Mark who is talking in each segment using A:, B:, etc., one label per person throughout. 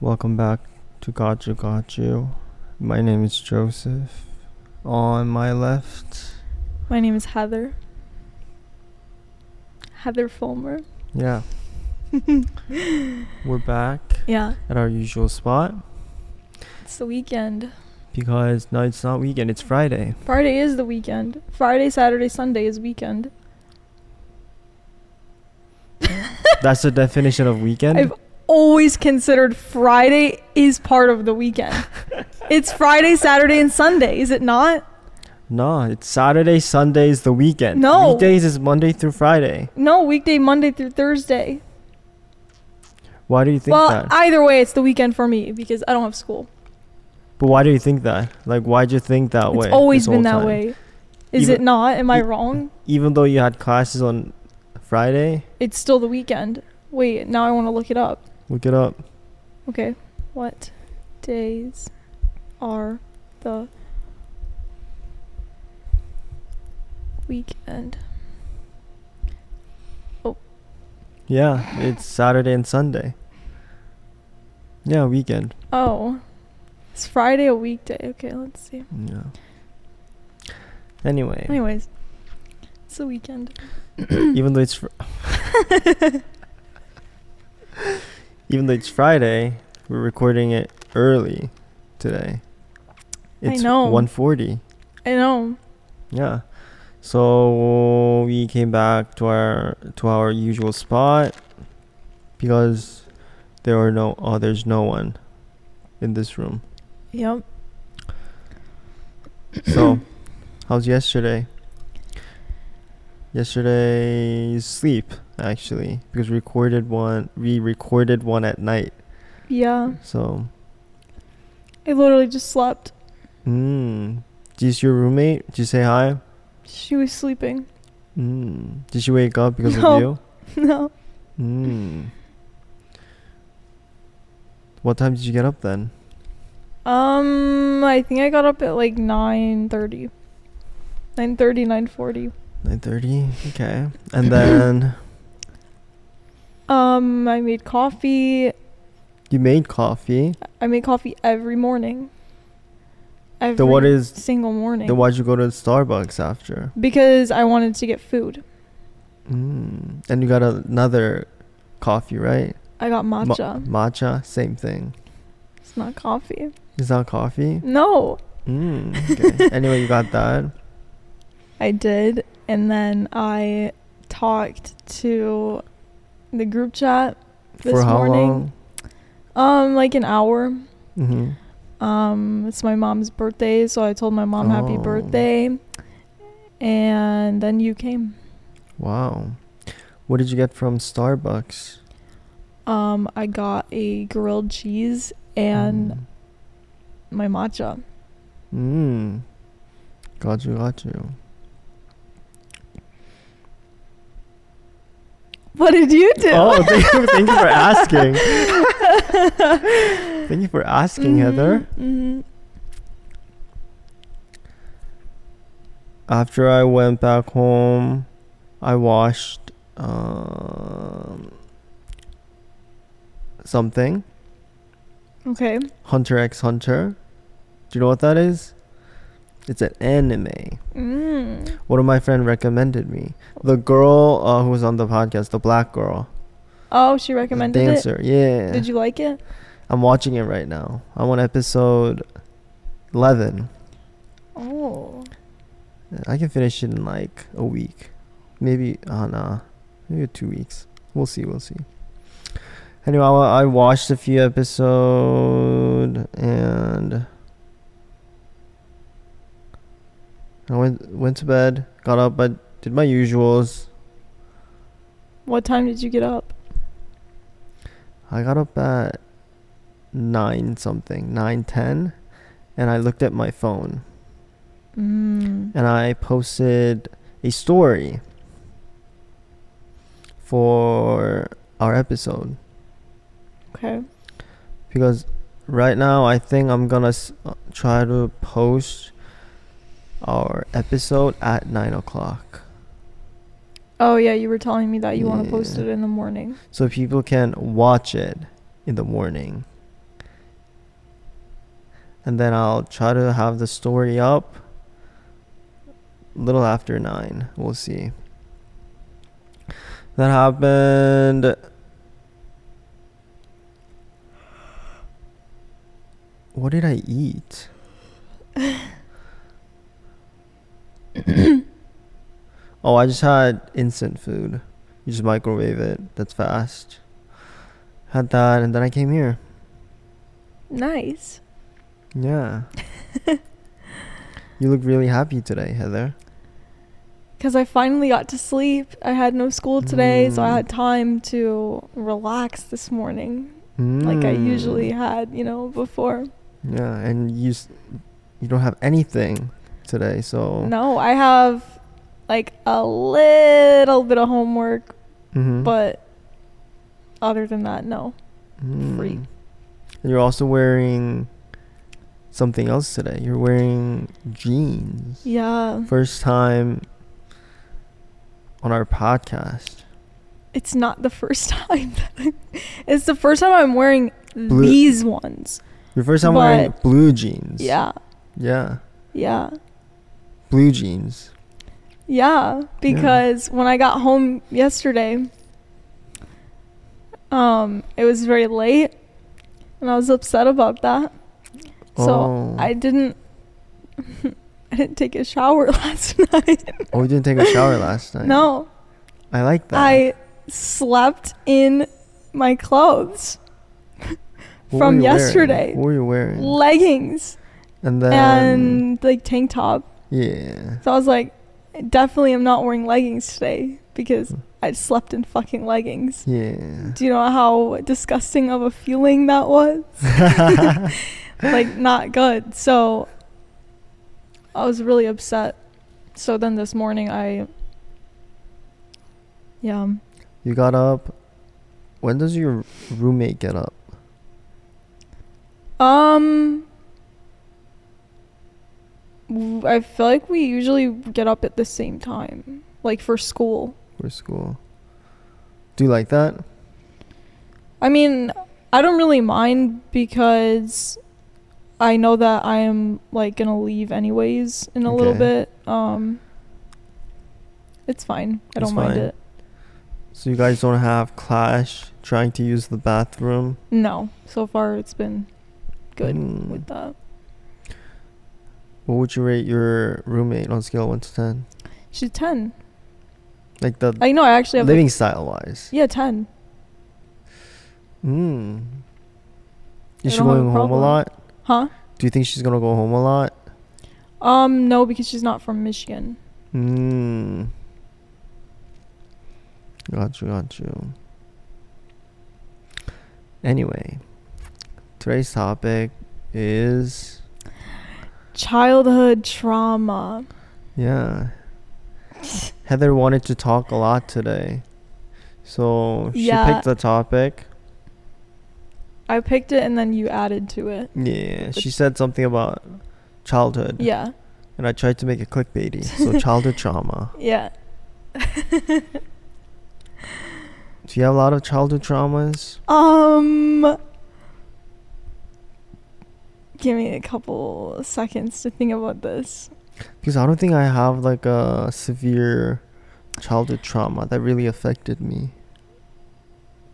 A: Welcome back to Got You Got You. My name is Joseph. On my left,
B: My name is Heather. Heather Fulmer.
A: yeah, we're back
B: Yeah,
A: at our usual spot
B: it's the weekend.
A: because no, it's not weekend, it's Friday.
B: Friday is the weekend. Friday, Saturday, Sunday is weekend.
A: That's the definition of weekend.
B: I've always considered Friday is part of the weekend. it's Friday, Saturday, and Sunday, is it not?
A: no, it's Saturday, Sunday is the weekend.
B: No.
A: Weekdays is Monday through Friday.
B: No, weekday, Monday through Thursday.
A: Why do you think
B: Well,
A: that?
B: either way, it's the weekend for me because I don't have school.
A: but why do you think that? Like, why'd you think that way?
B: it's always
A: this whole
B: been that
A: time?
B: way. Is
A: Even-
B: it not? Am I
A: e-
B: wrong?
A: Even though you had classes on Friday,
B: It's still the weekend. Wait, now I want to look it up.
A: look it up.
B: Okay. What days are the weekend?
A: Yeah, it's Saturday and Sunday. Yeah, weekend.
B: Oh. It's Friday a weekday. Okay, let's see.
A: Yeah. Anyway,
B: Anyways, it's the weekend.
A: even though it's fr- even though it's Friday, we're recording it early today.
B: I
A: It's
B: know.
A: 1:40.
B: I know.
A: Yeah. So we came back to our to our usual spot because there are no oh there's no one in this room.
B: Yep.
A: So, how's yesterday? Yesterday's sleep, actually, because we recorded one, we recorded one at night.
B: Yeah.
A: So,
B: I literally just slept.
A: mm, did you see your roommate? Did you say hi?
B: She was sleeping.
A: Mm, did she wake up because
B: No.
A: of you?
B: no.
A: Mm. What time did you get up then?
B: Um, I think I got up at like 9:30. 9:30, 9:40.
A: Nine thirty. Okay, and then
B: Um, I made coffee.
A: you made coffee.
B: I make coffee every morning. Every
A: Then what is?
B: single morning.
A: Then why'd you go to Starbucks after?
B: because I wanted to get food.
A: Mm. And you got another coffee, right?
B: I got
A: Ma-
B: matcha.
A: matcha, same thing.
B: it's not coffee.
A: It's not coffee.
B: No,
A: Mm, okay. anyway, you got that.
B: I did, and then I talked to the group chat this
A: For how
B: morning. Um, like an hour.
A: long? hmm
B: Um, it's my mom's birthday, so I told my mom happy
A: Oh.
B: birthday, and then you came.
A: Wow. What did you get from Starbucks?
B: Um, I got a grilled cheese and my matcha.
A: Mm. Mm. Got you, got you.
B: What did you do?
A: Oh, thank you, thank you for asking. thank you for asking, Heather.
B: hmm
A: After I went back home, I washed um, something.
B: Okay.
A: Hunter x Hunter. Do you know what that is? It's an anime.
B: Mm.
A: One of my friend recommended me. The girl uh, who was on the podcast, the black girl,
B: Oh, she
A: the
B: recommended it.
A: dancer. Yeah,
B: Did you like it?
A: I'm watching it right now. I'm on episode eleven.
B: Oh.
A: I can finish it in like a week, maybe. Uh, nah, maybe two weeks. We'll see. We'll see. Anyway, I, wa- I watched a few episode and I went went to bed, got up, but did my usuals.
B: What time did you get up?
A: I got up at nine something, nine ten, and I looked at my phone
B: Mm.
A: and I posted a story for our episode.
B: Okay.
A: because right now I think I'm gonna s- uh, try to post our episode at nine o'clock,
B: Oh yeah, you were telling me that you want to post
A: Yeah.
B: it in the morning.
A: so people can watch it in the morning. and then I'll try to have the story up little after 9. We'll see. That happened What did I eat? oh, I just had instant food. You just microwave it. That's fast. Had that and then I came here.
B: Nice.
A: Yeah. you look really happy today, Heather.
B: Because I finally got to sleep. I had no school today, so
A: Mm.
B: I had time to relax this morning, like I
A: Mm.
B: usually had, you know, before.
A: Yeah, and you s- you don't have anything today, so
B: No, I have like a little bit of homework,
A: Mhm.
B: but other than that, no. free.
A: Mm. And you're also wearing something else today. You're wearing jeans.
B: Yeah.
A: First time on our podcast.
B: It's not the first time. that I'm- it's the first time I'm wearing
A: Blue-
B: these ones.
A: Your first time wearing
B: But-
A: blue jeans.
B: Yeah.
A: Yeah.
B: Yeah.
A: Blue jeans.
B: Yeah, because when I got home yesterday, um, it was very late, and I was upset about that. So
A: Oh.
B: I didn't, I didn't take a shower last night.
A: Oh, you didn't take a shower last night.
B: No,
A: I like that.
B: I slept in my clothes,
A: What
B: from
A: were you wearing?
B: yesterday.
A: What were you wearing?
B: leggings,
A: and then
B: and like tank top.
A: yeah.
B: So I was like, I definitely am not wearing leggings today because I slept in fucking leggings.
A: Yeah.
B: Do you know how disgusting of a feeling that was? like, not good. So, I was really upset. So then this morning, I. Yeah.
A: You got up. When does your roommate get up?
B: Um. w- I feel like we usually get up at the same time, like for school.
A: for school. Do you like that?
B: I mean, I don't really mind because I know that I am like gonna leave anyways in a little
A: Okay.
B: bit. Um, it's fine. I
A: It's
B: don't mind
A: fine.
B: it.
A: So you guys don't have clash trying to use the bathroom.
B: No, so far it's been good
A: Mm.
B: with that.
A: What would you rate your roommate on a scale of one to ten?
B: She's ten.
A: Like the
B: I know. I actually have. like-
A: living style wise.
B: yeah, ten.
A: Mm. Is
B: I
A: she
B: don't have a
A: going home a
B: problem.
A: lot?
B: Huh?
A: Do you think she's gonna go home a lot?
B: Um, no, because she's not from Michigan.
A: Mm. Got you, got you. Anyway, today's topic is
B: Childhood trauma.
A: Yeah. Heather wanted to talk a lot today. So she
B: Yeah.
A: picked the topic.
B: I picked it and then you added to it.
A: Yeah.
B: But-
A: She said something about childhood.
B: Yeah.
A: And I tried to make it clickbaity. So childhood trauma.
B: Yeah.
A: Do you have a lot of childhood traumas?
B: Um, give me a couple seconds to think about this.
A: Because I don't think I have like a severe childhood trauma that really affected me.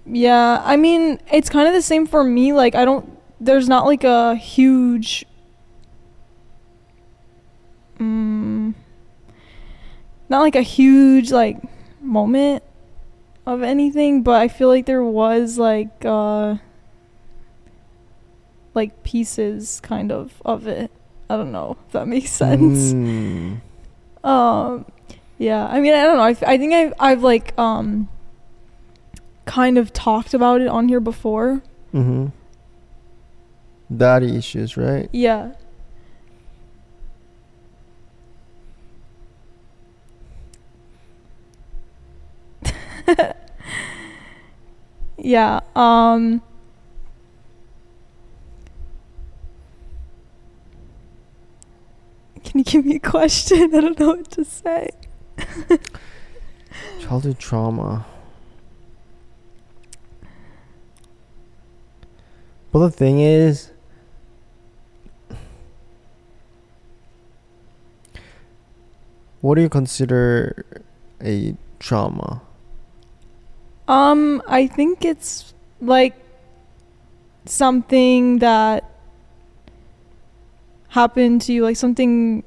B: Yeah, I mean, it's kind of the same for me. Like, I don't, there's not like a huge. Mm, not like a huge, like, moment of anything, but I feel like there was, like, uh, like pieces kind of of it. I don't know if that makes sense.
A: Mm.
B: Um, yeah. I mean, I don't know. I, I think I've I've like um kind of talked about it on here before.
A: hmm Daddy issues, right?
B: Yeah. yeah. Um. Can you give me a question? I don't know what to say.
A: Childhood trauma. But the thing is, What do you consider a trauma?
B: Um, I think it's like something that happened to you, like something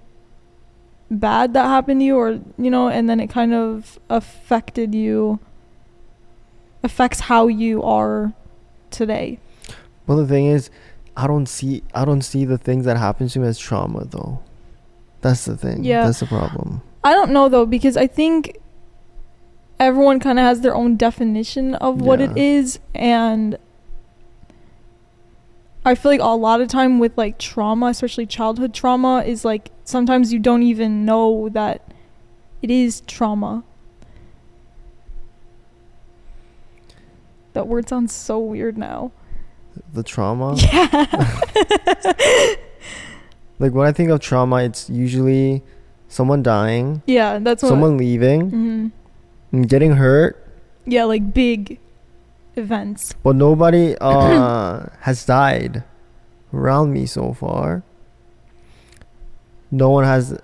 B: bad that happened to you, or you know, and then it kind of affected you, affects how you are today.
A: Well, the thing is, I don't see I don't see the things that happen to me as trauma though. That's the thing.
B: Yeah.
A: That's the problem.
B: I don't know though, because I think everyone kind of has their own definition of what it
A: Yeah.
B: is, and I feel like a lot of time with like trauma, especially childhood trauma, is like sometimes you don't even know that it is trauma. That word sounds so weird now.
A: The trauma.
B: Yeah.
A: Like when I think of trauma, it's usually someone dying,
B: yeah, that's what.
A: someone leaving,
B: Mhm.
A: and getting hurt,
B: Yeah, like big events.
A: but nobody uh, has died around me so far. No one has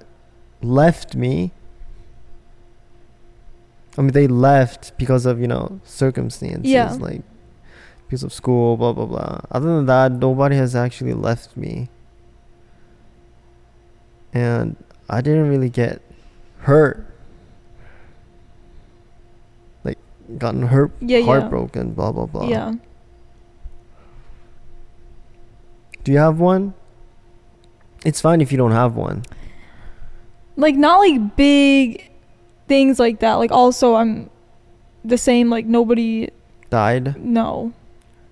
A: left me. I mean, they left because of you know circumstances,
B: Yeah.
A: like because of school, blah blah blah. Other than that, nobody has actually left me, and I didn't really get hurt, like gotten hurt,
B: Yeah, yeah.
A: heartbroken, blah blah blah.
B: Yeah.
A: Do you have one? It's fine if you don't have one.
B: like not like big things like that like also i'm the same like nobody
A: Died,
B: no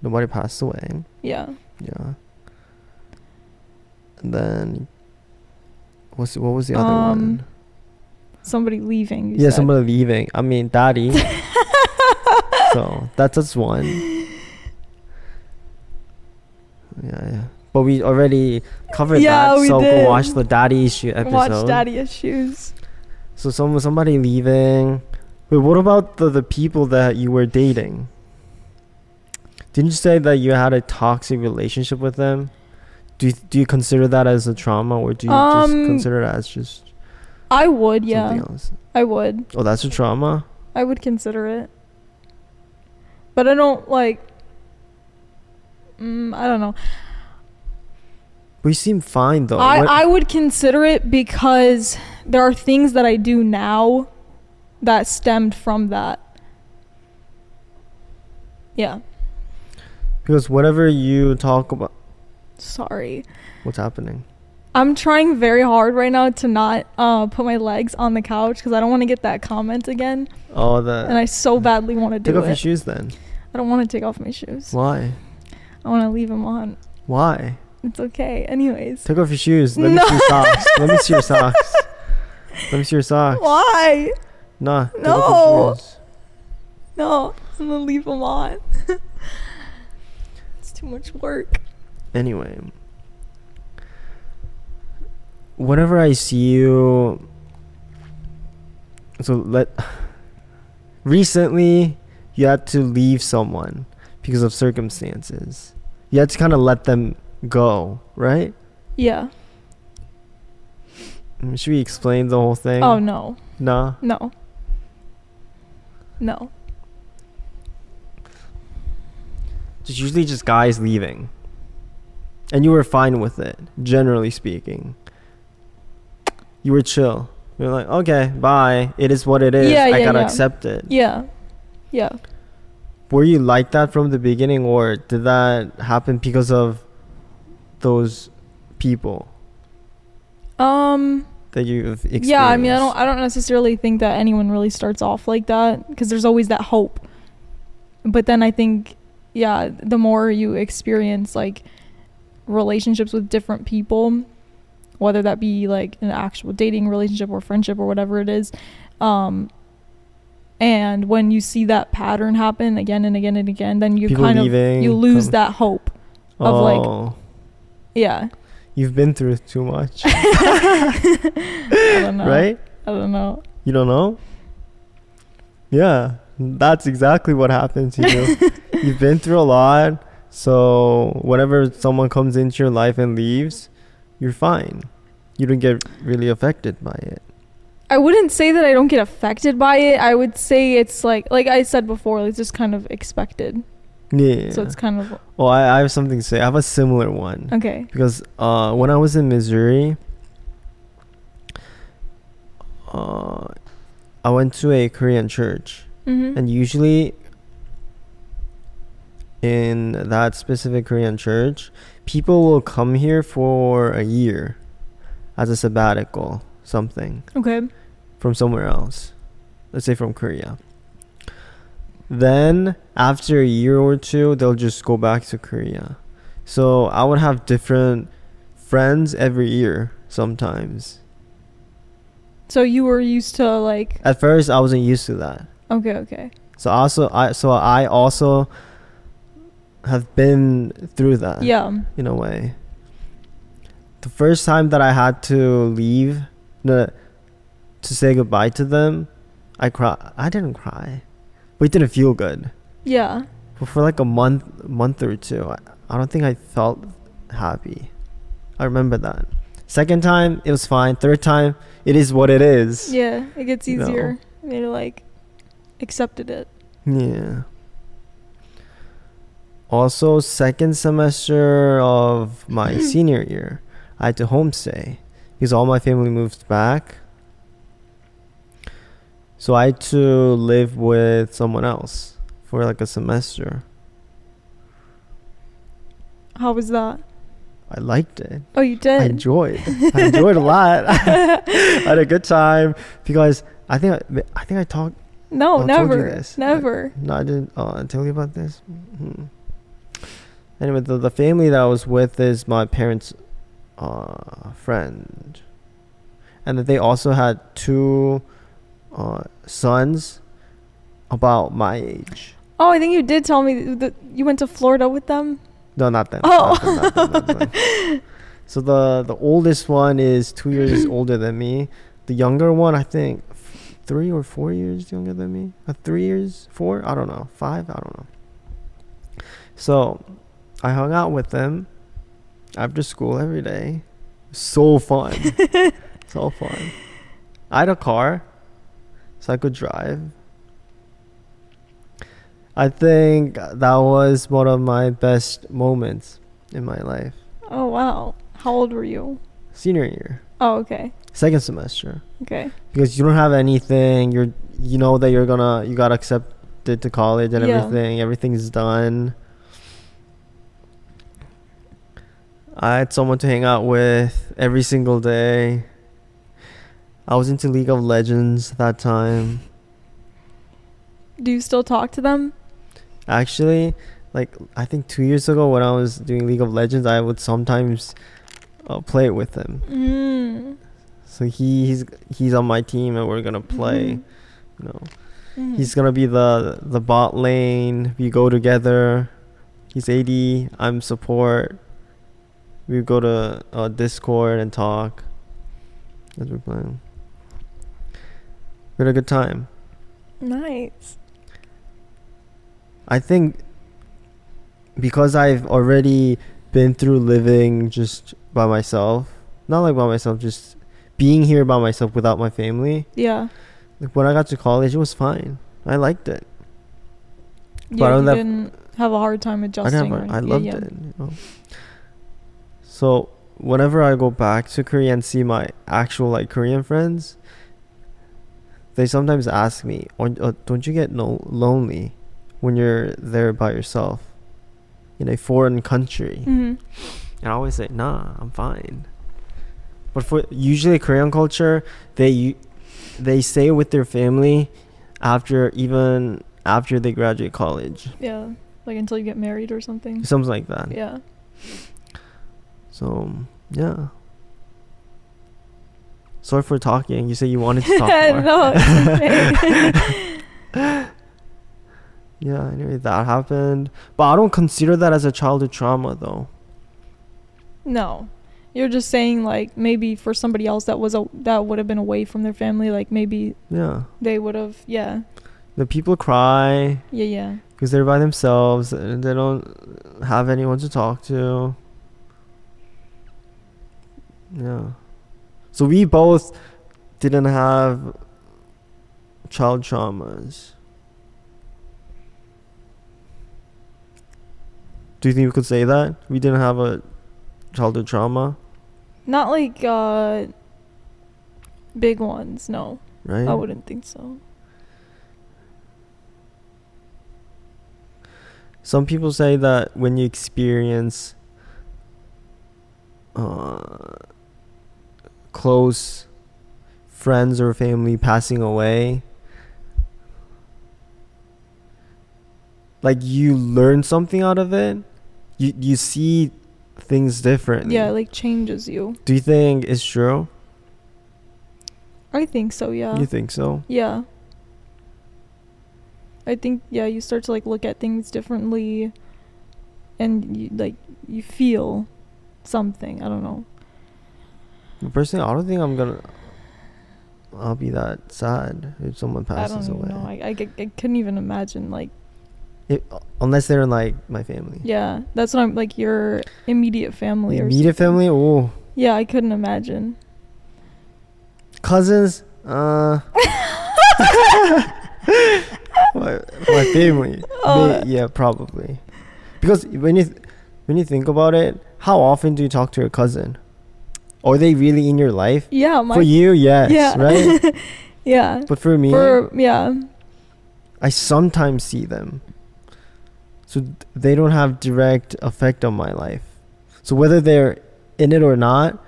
A: nobody passed away.
B: yeah
A: Yeah. And then what's what was the other
B: Um,
A: one?
B: somebody leaving you
A: Yeah,
B: said.
A: somebody leaving. I mean, daddy. so that's just one. Yeah, yeah. But we already covered
B: Yeah,
A: that,
B: we
A: so
B: did.
A: go watch the daddy issue episode.
B: watch daddy issues
A: So some somebody leaving. Wait, what about the the people that you were dating? Didn't you say that you had a toxic relationship with them? Do you, do you consider that as a trauma, or do you
B: Um,
A: just consider it as just
B: i would yeah
A: something else?
B: i would
A: Oh, that's a trauma.
B: i would consider it but i don't like mm, i don't know
A: But you seem fine though.
B: I,
A: What-
B: I would consider it because there are things that I do now that stemmed from that. Yeah,
A: because whatever you talk about,
B: sorry.
A: what's happening?
B: I'm trying very hard right now to not uh, put my legs on the couch because I don't want to get that comment again.
A: Oh, the
B: And I so badly want to
A: take
B: do
A: off your
B: it.
A: shoes then.
B: I don't want to take off my shoes.
A: Why?
B: I want to leave them on.
A: Why?
B: It's okay. Anyways.
A: Take off your shoes. Let me see your socks. Let me see your socks. Let me see your socks.
B: Why?
A: Nah. take off your
B: No.
A: shoes.
B: No, I'm going to leave them on. it's too much work.
A: anyway whenever i see you so let recently you had to leave someone because of circumstances you had to kind of let them go right
B: Yeah.
A: Mm, should we explain the whole thing
B: Oh, no.
A: nah
B: No. No.
A: it's usually just guys leaving and you were fine with it generally speaking you were chill you're like okay bye it is what it is
B: Yeah,
A: i
B: yeah,
A: gotta
B: yeah.
A: accept it
B: Yeah. Yeah.
A: were you like that from the beginning or did that happen because of those people
B: Um
A: that you've experienced?
B: yeah, I mean I don't I don't necessarily think that anyone really starts off like that because there's always that hope. But then I think yeah, the more you experience like relationships with different people, whether that be like an actual dating relationship or friendship or whatever it is, um and when you see that pattern happen again and again and again, then you
A: People
B: kind
A: leaving,
B: of you lose
A: come-
B: that hope. of,
A: oh,
B: like- Yeah.
A: you've been through too much
B: I don't know.
A: right
B: I don't know.
A: you don't know yeah that's exactly what happened to you you've been through a lot so whenever someone comes into your life and leaves you're fine you don't get really affected by it
B: I wouldn't say that I don't get affected by it. I would say it's like like I said before, it's just kind of expected.
A: Yeah.
B: So it's kind of
A: well, I, I have something to say. I have a similar one.
B: okay.
A: because uh, when I was in Missouri, uh, I went to a Korean church,
B: Mhm.
A: and usually in that specific Korean church, people will come here for a year as a sabbatical, something
B: okay.
A: from somewhere else, let's say from Korea. Then after a year or two, they'll just go back to Korea. So I would have different friends every year sometimes.
B: So you were used to like
A: At first, I wasn't used to that.
B: okay, okay.
A: So also, I so I also have been through that.
B: Yeah.
A: in a way. The first time that I had to leave, no, to say goodbye to them, I cry. I didn't cry, but it didn't feel good.
B: Yeah.
A: But for like a month, month or two, I, I don't think I felt happy. I remember that. Second time, it was fine. Third time, it is what it is.
B: Yeah. It gets
A: You know.
B: easier. They like accepted it.
A: Yeah. Also, second semester of my senior year, I had to homestay because all my family moved back. So I had to live with someone else for like a semester.
B: How was that?
A: I liked it.
B: Oh, you did.
A: I enjoyed. I enjoyed a lot. I had a good time because I think I, I think I talked.
B: no,
A: Well, I told you
B: never.
A: this.
B: Never.
A: No, I didn't uh, tell you about this. hmm Anyway, the, the family that I was with is my parents' uh, friend, and that they also had two uh, sons about my age.
B: Oh, I think you did tell me that you went to Florida with them.
A: No, not them.
B: Oh.
A: not them, not them, not them. so the the oldest one is two years older than me. The younger one, I think, f- three or four years younger than me. Uh, three years, four? I don't know. Five? I don't know. So, I hung out with them after school every day. So fun. so fun. I had a car, so I could drive. I think that was one of my best moments in my life.
B: Oh wow. How old were you?
A: Senior year,
B: Oh, okay.
A: second semester,
B: Okay.
A: because you don't have anything. You're you know that you're gonna you got accepted to college and
B: Yeah.
A: everything. Everything's done. I had someone to hang out with every single day. I was into League of Legends that time.
B: Do you still talk to them?
A: Actually, like I think two years ago when I was doing League of Legends, I would sometimes uh, play it with him.
B: Mm.
A: So he, he's he's on my team and we're gonna play.
B: Mhm.
A: You know,
B: Mhm.
A: he's gonna be the the bot lane. We go together. He's AD. I'm support. We go to uh, Discord and talk as we're playing. We had a good time.
B: nice.
A: I think because I've already been through living just by myself, not like by myself, just being here by myself without my family.
B: Yeah.
A: Like when I got to college, it was fine. I liked it.
B: Yeah,
A: I
B: you
A: don't have-
B: didn't have a hard time
A: I
B: adjusting.
A: never,
B: or
A: I
B: anything.
A: loved
B: Yeah,
A: it. you know. So whenever I go back to Korea and see my actual like Korean friends, they sometimes ask me, "Oh, uh, "Don't you get no- lonely when you're there by yourself in a foreign country?"
B: hmm
A: And I always say, "Nah, I'm fine." But for usually Korean culture, they u- they stay with their family after even after they graduate college,
B: Yeah. Like until you get married or something.
A: something like that.
B: Yeah.
A: So yeah. Sorry for talking. You said you wanted to talk more.
B: no, it's okay.
A: Yeah. Anyway, that happened, but I don't consider that as a childhood trauma though.
B: no. You're just saying like maybe for somebody else that was a that would have been away from their family, like maybe
A: Yeah.
B: they would have yeah.
A: The people cry
B: Yeah, yeah.
A: because they're by themselves and they don't have anyone to talk to. Yeah. So we both didn't have child traumas, do you think we could say that we didn't have a childhood trauma,
B: Not like uh big ones, no.
A: right?
B: I wouldn't think so.
A: Some people say that when you experience uh, close friends or family passing away, like you learn something out of it. You you see things differently.
B: Yeah, it, like changes you.
A: Do you think it's true?
B: I think so, yeah.
A: You think so?
B: Yeah. I think yeah, you start to like look at things differently and you like you feel something. I don't know.
A: Personally, I don't think I'm gonna. I'll be that sad if someone
B: I
A: passes
B: don't
A: away.
B: even know. I, I, c- I couldn't even imagine like
A: If- unless they're in like my family.
B: yeah, that's what I'm like your immediate family or
A: Immediate
B: something.
A: family? Oh.
B: Yeah, I couldn't imagine.
A: Cousins? Uh. my, my family.
B: Oh.
A: They- yeah, probably. Because when you, th- when you think about it, how often do you talk to your cousin? Are they really in your life?
B: Yeah, my
A: for you, yes,
B: yeah.
A: right?
B: yeah.
A: But for me,
B: For yeah.
A: I sometimes see them. So th- they don't have direct effect on my life. So whether they're in it or not,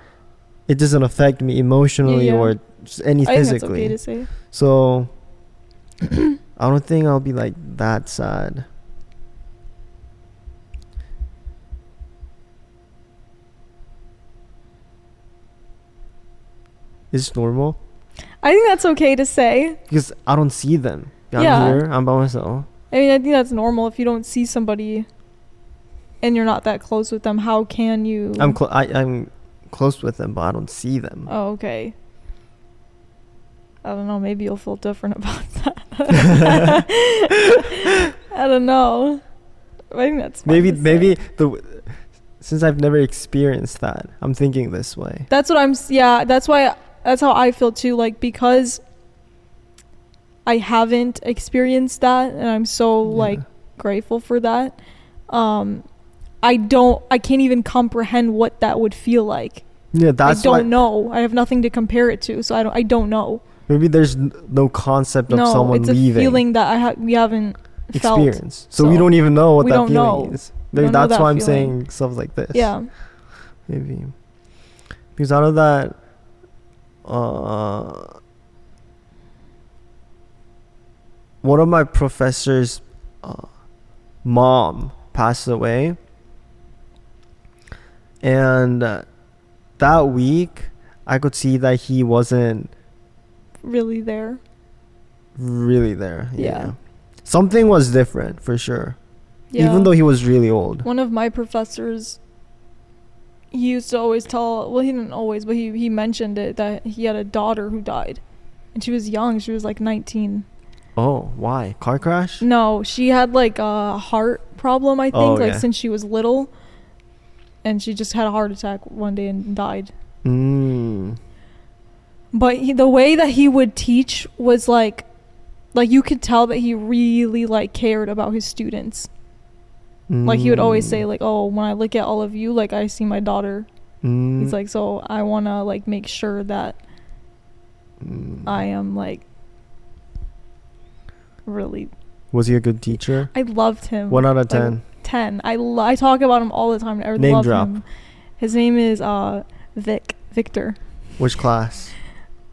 A: it doesn't affect me emotionally
B: yeah.
A: or just any
B: I think it's
A: physically.
B: okay to say.
A: So I don't think I'll be like that sad. It's normal
B: I think that's okay to say.
A: because I don't see them. I'm
B: Yeah.
A: here. I'm by myself.
B: I mean, I think that's normal if you don't see somebody and you're not that close with them. How can you?
A: I'm cl- I, I'm close with them, but I don't see them.
B: Oh, okay. I don't know. Maybe you'll feel different about that. I don't know. I think that's fine
A: maybe
B: to say.
A: maybe the since I've never experienced that, I'm thinking this way.
B: That's what I'm. s- Yeah, that's why. That's how I feel too. Like because I haven't experienced that, and I'm so
A: Yeah.
B: like grateful for that. Um, I don't. I can't even comprehend what that would feel like.
A: Yeah, that's
B: I don't
A: why.
B: know. I have nothing to compare it to, so I don't. I don't know.
A: Maybe there's n- no concept of
B: No,
A: someone
B: it's a
A: leaving.
B: feeling that I ha- we haven't felt.
A: experience. So, we
B: So
A: don't even know what
B: we
A: that
B: don't
A: feeling
B: know.
A: is.
B: We
A: Maybe
B: don't know
A: that's
B: that
A: why I'm
B: feeling.
A: saying stuff like this.
B: Yeah,
A: Maybe. Because out of that uh one of my professors uh, mom passed away and uh, that week i could see that he wasn't
B: really there.
A: really there
B: Yeah.
A: something was different for sure
B: Yeah.
A: even though he was really old
B: One of my professors, he used to always tell, well, he didn't always, but he, he mentioned it that he had a daughter who died. And she was young, she was like 19.
A: oh why car crash
B: No, she had like a heart problem, I think,
A: Oh,
B: like
A: yeah.
B: since she was little. And she just had a heart attack one day and died.
A: Mm.
B: But he, the way that he would teach was like, like you could tell that he really like cared about his students.
A: Mm.
B: Like he would always say like, "Oh, when I look at all of you, like I see my daughter."
A: mm.
B: He's like, so I want to like make sure that
A: Mm.
B: I am like really.
A: Was he a good teacher?
B: I loved him.
A: One out of
B: Like,
A: ten.
B: ten. I lo- I talk about him all the time. I
A: Name
B: love
A: drop.
B: him. His name is uh Vic Victor.
A: Which class?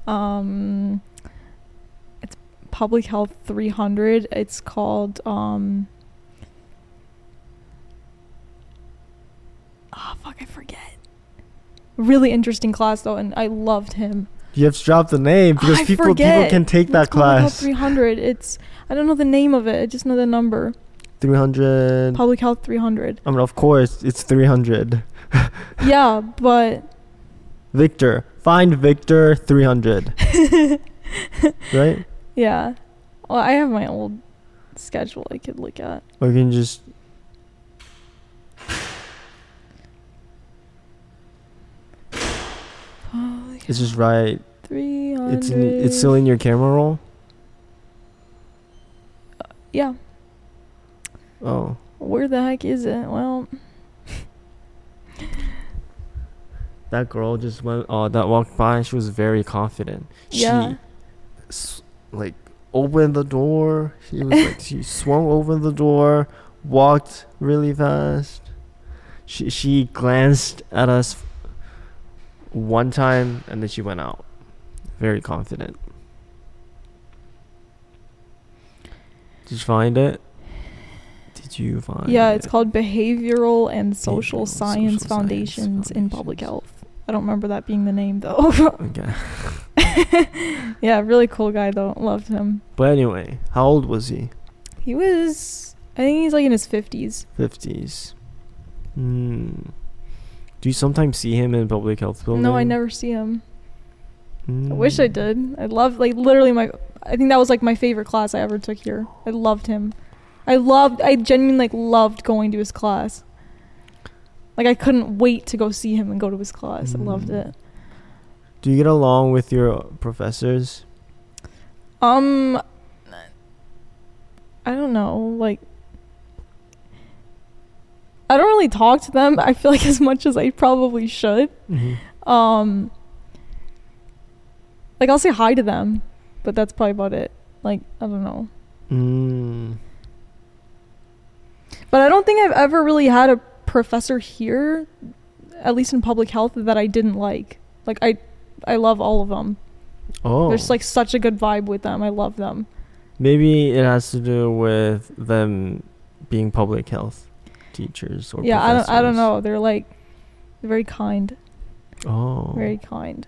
B: Um, it's Public Health 300. It's called um. Ah, fuck! I forget. Really interesting class though, and I loved him.
A: You have to drop the name because
B: I
A: people people
B: forget.
A: can take that
B: It's called Public Health
A: class.
B: 300. It's I don't know the name of it. I just know the number.
A: Three hundred.
B: Public Health 300.
A: I mean, of course, it's three hundred.
B: Yeah, but
A: Victor, find Victor three hundred. right?
B: yeah. Well, I have my old schedule I could look at.
A: Or you can just.
B: Public
A: It's just right.
B: 300.
A: It's in, it's still in your camera roll.
B: Yeah.
A: Oh,
B: Where the heck is it? Well,
A: that girl just went. Oh, that walked by. She was very confident.
B: Yeah.
A: She, s- like, opened the door. She was like she swung open the door, walked really fast. She she glanced at us one time and then she went out. Very confident. Did you find it? Did you find
B: yeah, it's
A: it?
B: called Behavioral and Social
A: Behavioral Social
B: Science
A: Science
B: Foundations in Public
A: Foundations.
B: Health. I don't remember that being the name though.
A: Okay.
B: yeah, really cool guy though. Loved him.
A: But anyway, how old was he?
B: He was, I think he's like in his 50s.
A: Fifties. Hmm. Do you sometimes see him in public health building?
B: No, I never see him.
A: Mm. Hmm.
B: I wish I did. I loved like literally my I think that was like my favorite class I ever took here. I loved him. I loved I genuinely like loved going to his class. Like I couldn't wait to go see him and go to his class. I loved
A: Mm.
B: it.
A: Do you get along with your professors?
B: Um I don't know, like I don't really talk to them. I feel like as much as I probably should.
A: Mm-hmm.
B: Um like I'll say hi to them, but that's probably about it. Like I don't know.
A: Mm.
B: But I don't think I've ever really had a professor here, at least in public health, that I didn't like. Like I, I love all of them.
A: Oh,
B: There's like such a good vibe with them. I love them.
A: maybe it has to do with them being public health teachers or
B: yeah, I don't. I don't
A: professors.
B: know. They're like, very kind.
A: Oh,
B: Very kind.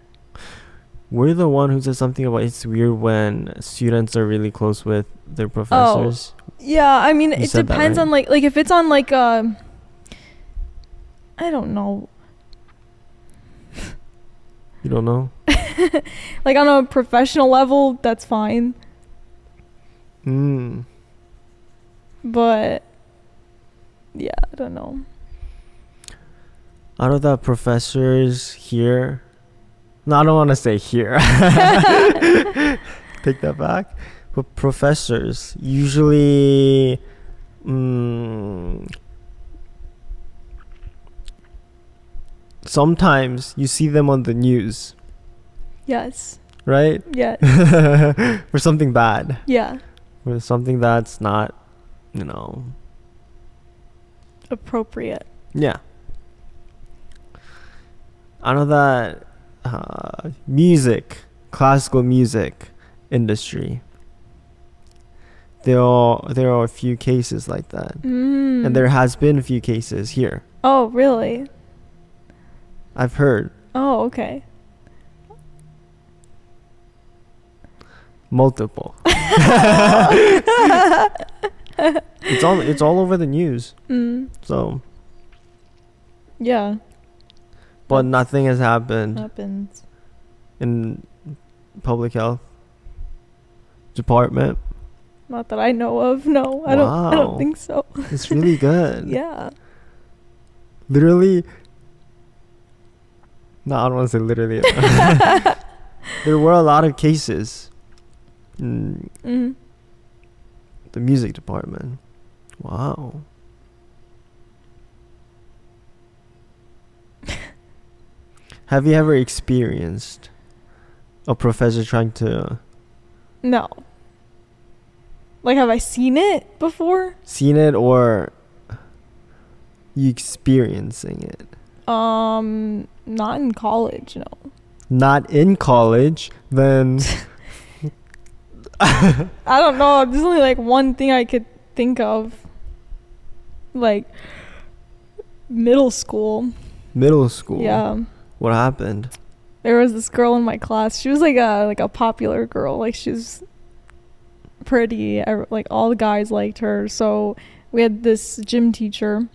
A: we're the one who said something about it's weird when students are really close with
B: Oh.
A: their professors.
B: Yeah, I mean,
A: You
B: it
A: said that,
B: depends
A: right?
B: on like like if it's on like um. I don't know,
A: You don't know.
B: like on a professional level, that's fine.
A: Mm.
B: But yeah, I don't know.
A: Out of the professors here, no, I don't want to say here. Take that back. But professors usually, mm, sometimes you see them on the news,
B: yes.
A: right?
B: Yeah.
A: for something bad,
B: Yeah.
A: for something that's not, you know,
B: Appropriate.
A: Yeah. I know that uh, music, classical music industry. There are there are a few cases like that,
B: Mm.
A: and there has been a few cases here.
B: Oh, really?
A: I've heard
B: Oh, okay.
A: multiple. it's all it's all over the news.
B: Mm.
A: So,
B: Yeah,
A: but nothing has
B: Mm.
A: happened
B: happens.
A: in public health department.
B: Not that I know of. No, I don't. I
A: Wow.
B: don't think so.
A: It's really good.
B: Yeah.
A: literally no i don't want to say literally there were a lot of cases in
B: Mm.
A: the music department wow have you ever experienced a professor trying to
B: No. Like, have I seen it before?
A: seen it or you experiencing it
B: Um, not in college. No.
A: not in college then
B: I don't know. There's only like one thing I could think of. Like middle school.
A: middle school
B: Yeah.
A: what happened
B: there was this girl in my class. She was like a like a popular girl. Like she was pretty. Ev- Like all the guys liked her. So we had this gym teacher,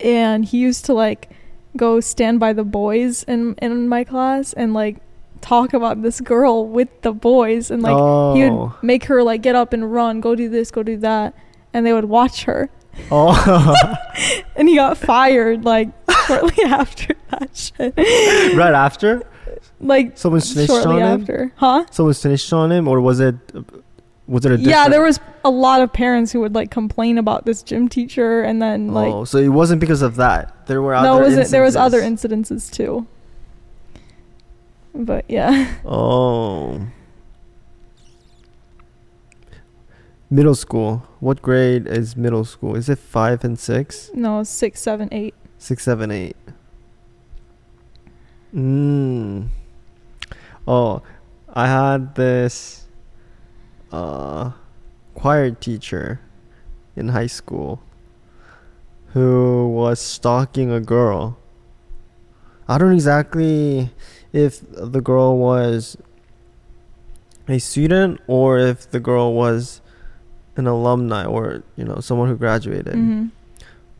B: and he used to like go stand by the boys in in my class and like talk about this girl with the boys and like he would
A: Oh.
B: make her like get up and run, go do this, go do that, and they would watch her.
A: Oh,
B: And he got fired like shortly after that shit.
A: right after?
B: like
A: Someone snitched on
B: shortly
A: him.
B: after, huh?
A: Someone snitched on him, or was it? Was it a different?
B: Yeah, there was a lot of parents who would like complain about this gym teacher, and then like
A: oh, so it wasn't because of that. There were other.
B: no, it wasn't there was other
A: instances.
B: incidences too. But yeah,
A: Oh. Middle school. What grade is middle school? Is it five and six?
B: no, six, seven, eight.
A: Six, seven, eight. Mm. Oh, I had this uh, choir teacher in high school who was stalking a girl. I don't exactly if the girl was a student or if the girl was an alumni or you know someone who graduated
B: Mm-hmm.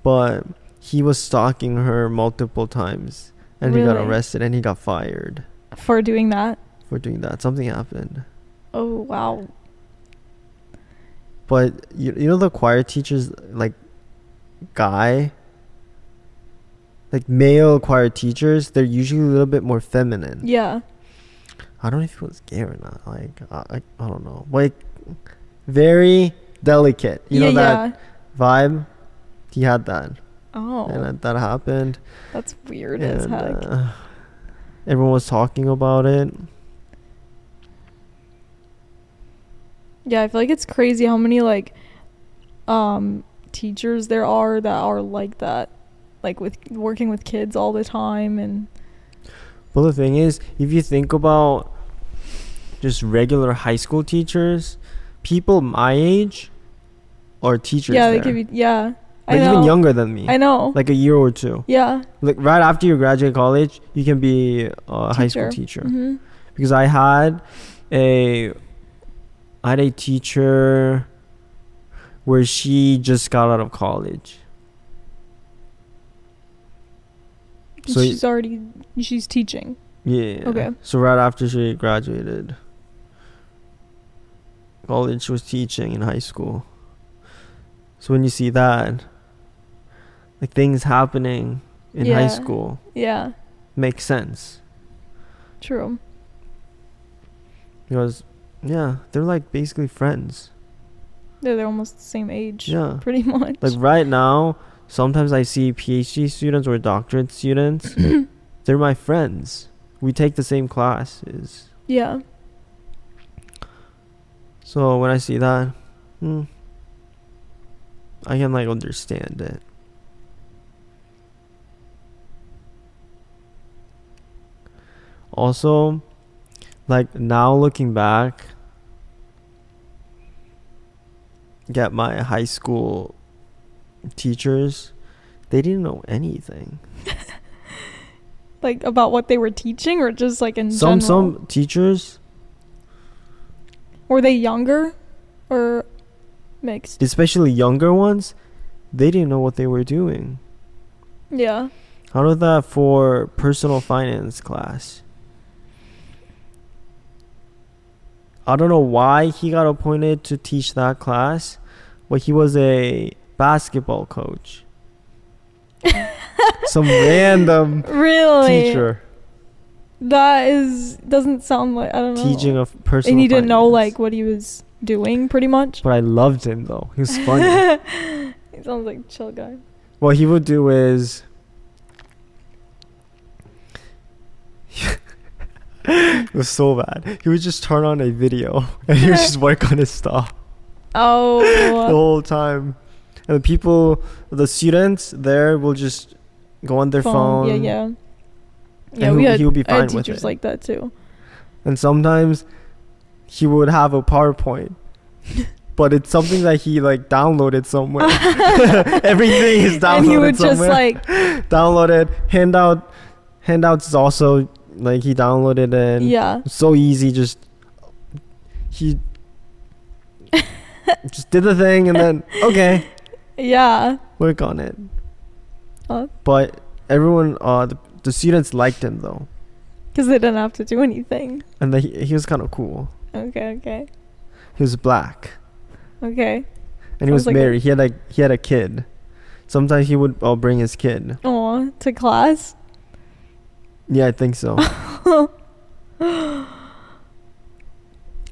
A: but he was stalking her multiple times and he got
B: Really?
A: arrested and he got fired
B: For doing that,
A: for doing that something happened
B: oh wow,
A: but you, you know the choir teachers like guy like male choir teachers they're usually a little bit more feminine
B: yeah,
A: i don't know if it was gay or not like i, I, I don't know like very delicate you
B: yeah,
A: know that
B: yeah.
A: vibe he had that and
B: Oh,
A: that, that happened
B: that's weird as
A: And,
B: heck.
A: uh, everyone was talking about it.
B: Yeah, I feel like it's crazy how many like um teachers there are that are like that. Like with working with kids all the time and
A: But the thing is, if you think about just regular high school teachers, people my age are teachers.
B: yeah, they
A: there.
B: give you yeah.
A: like
B: I know.
A: even younger than me.
B: I know.
A: Like a year or two.
B: yeah.
A: Like right after you graduate college, you can be a high school teacher.
B: hmm
A: because I had a I had a teacher where she just got out of college. So y-
B: she's already she's teaching.
A: Yeah.
B: Okay.
A: So right after she graduated college, she was teaching in high school. So when you see that, like things happening in
B: Yeah.
A: high school
B: Yeah.
A: makes sense
B: True.
A: because yeah, they're like basically friends.
B: They're they're almost the same age.
A: Yeah.
B: Pretty much.
A: Like right now, sometimes I see PhD students or doctorate students. they're my friends. We take the same classes.
B: yeah.
A: So when I see that, hmm, I can like understand it. Also, like now looking back, get my high school teachers, they didn't know anything.
B: Like about what they were teaching or just like in
A: some
B: general?
A: some teachers,
B: were they younger or mixed?
A: especially younger ones, they didn't know what they were doing.
B: Yeah.
A: How about that for personal finance class? I don't know why he got appointed to teach that class, but he was a basketball coach. Some random
B: Really?
A: teacher
B: That is doesn't sound like I don't know.
A: teaching of personal
B: and he didn't know
A: finance.
B: like what he was doing, pretty much.
A: But I loved him though. He was funny.
B: He sounds like a chill guy.
A: what he would do is it was so bad he would just turn on a video and he would just work on his stuff the
B: Oh,
A: whole time and the people the students there will just go on their phone,
B: Yeah, yeah. Yeah,
A: And
B: we
A: he'll-
B: had,
A: he'll be
B: I had
A: fine with
B: teachers
A: it.
B: like that too.
A: and sometimes he would have a powerpoint but it's something that he like downloaded somewhere everything is downloaded
B: and he would
A: somewhere.
B: just like,
A: downloaded handout handouts is also like he downloaded it and
B: yeah,
A: so easy just he just did the thing and then okay
B: yeah.
A: work on it
B: Oh.
A: but everyone uh the, the students liked him though
B: Because they didn't have to do anything.
A: and then he, he was kind of cool
B: Okay, okay,
A: he was black
B: okay.
A: and he was
B: Sounds like a-
A: married he had like he had a kid sometimes he would uh, bring his kid
B: Aw, to class.
A: yeah i think so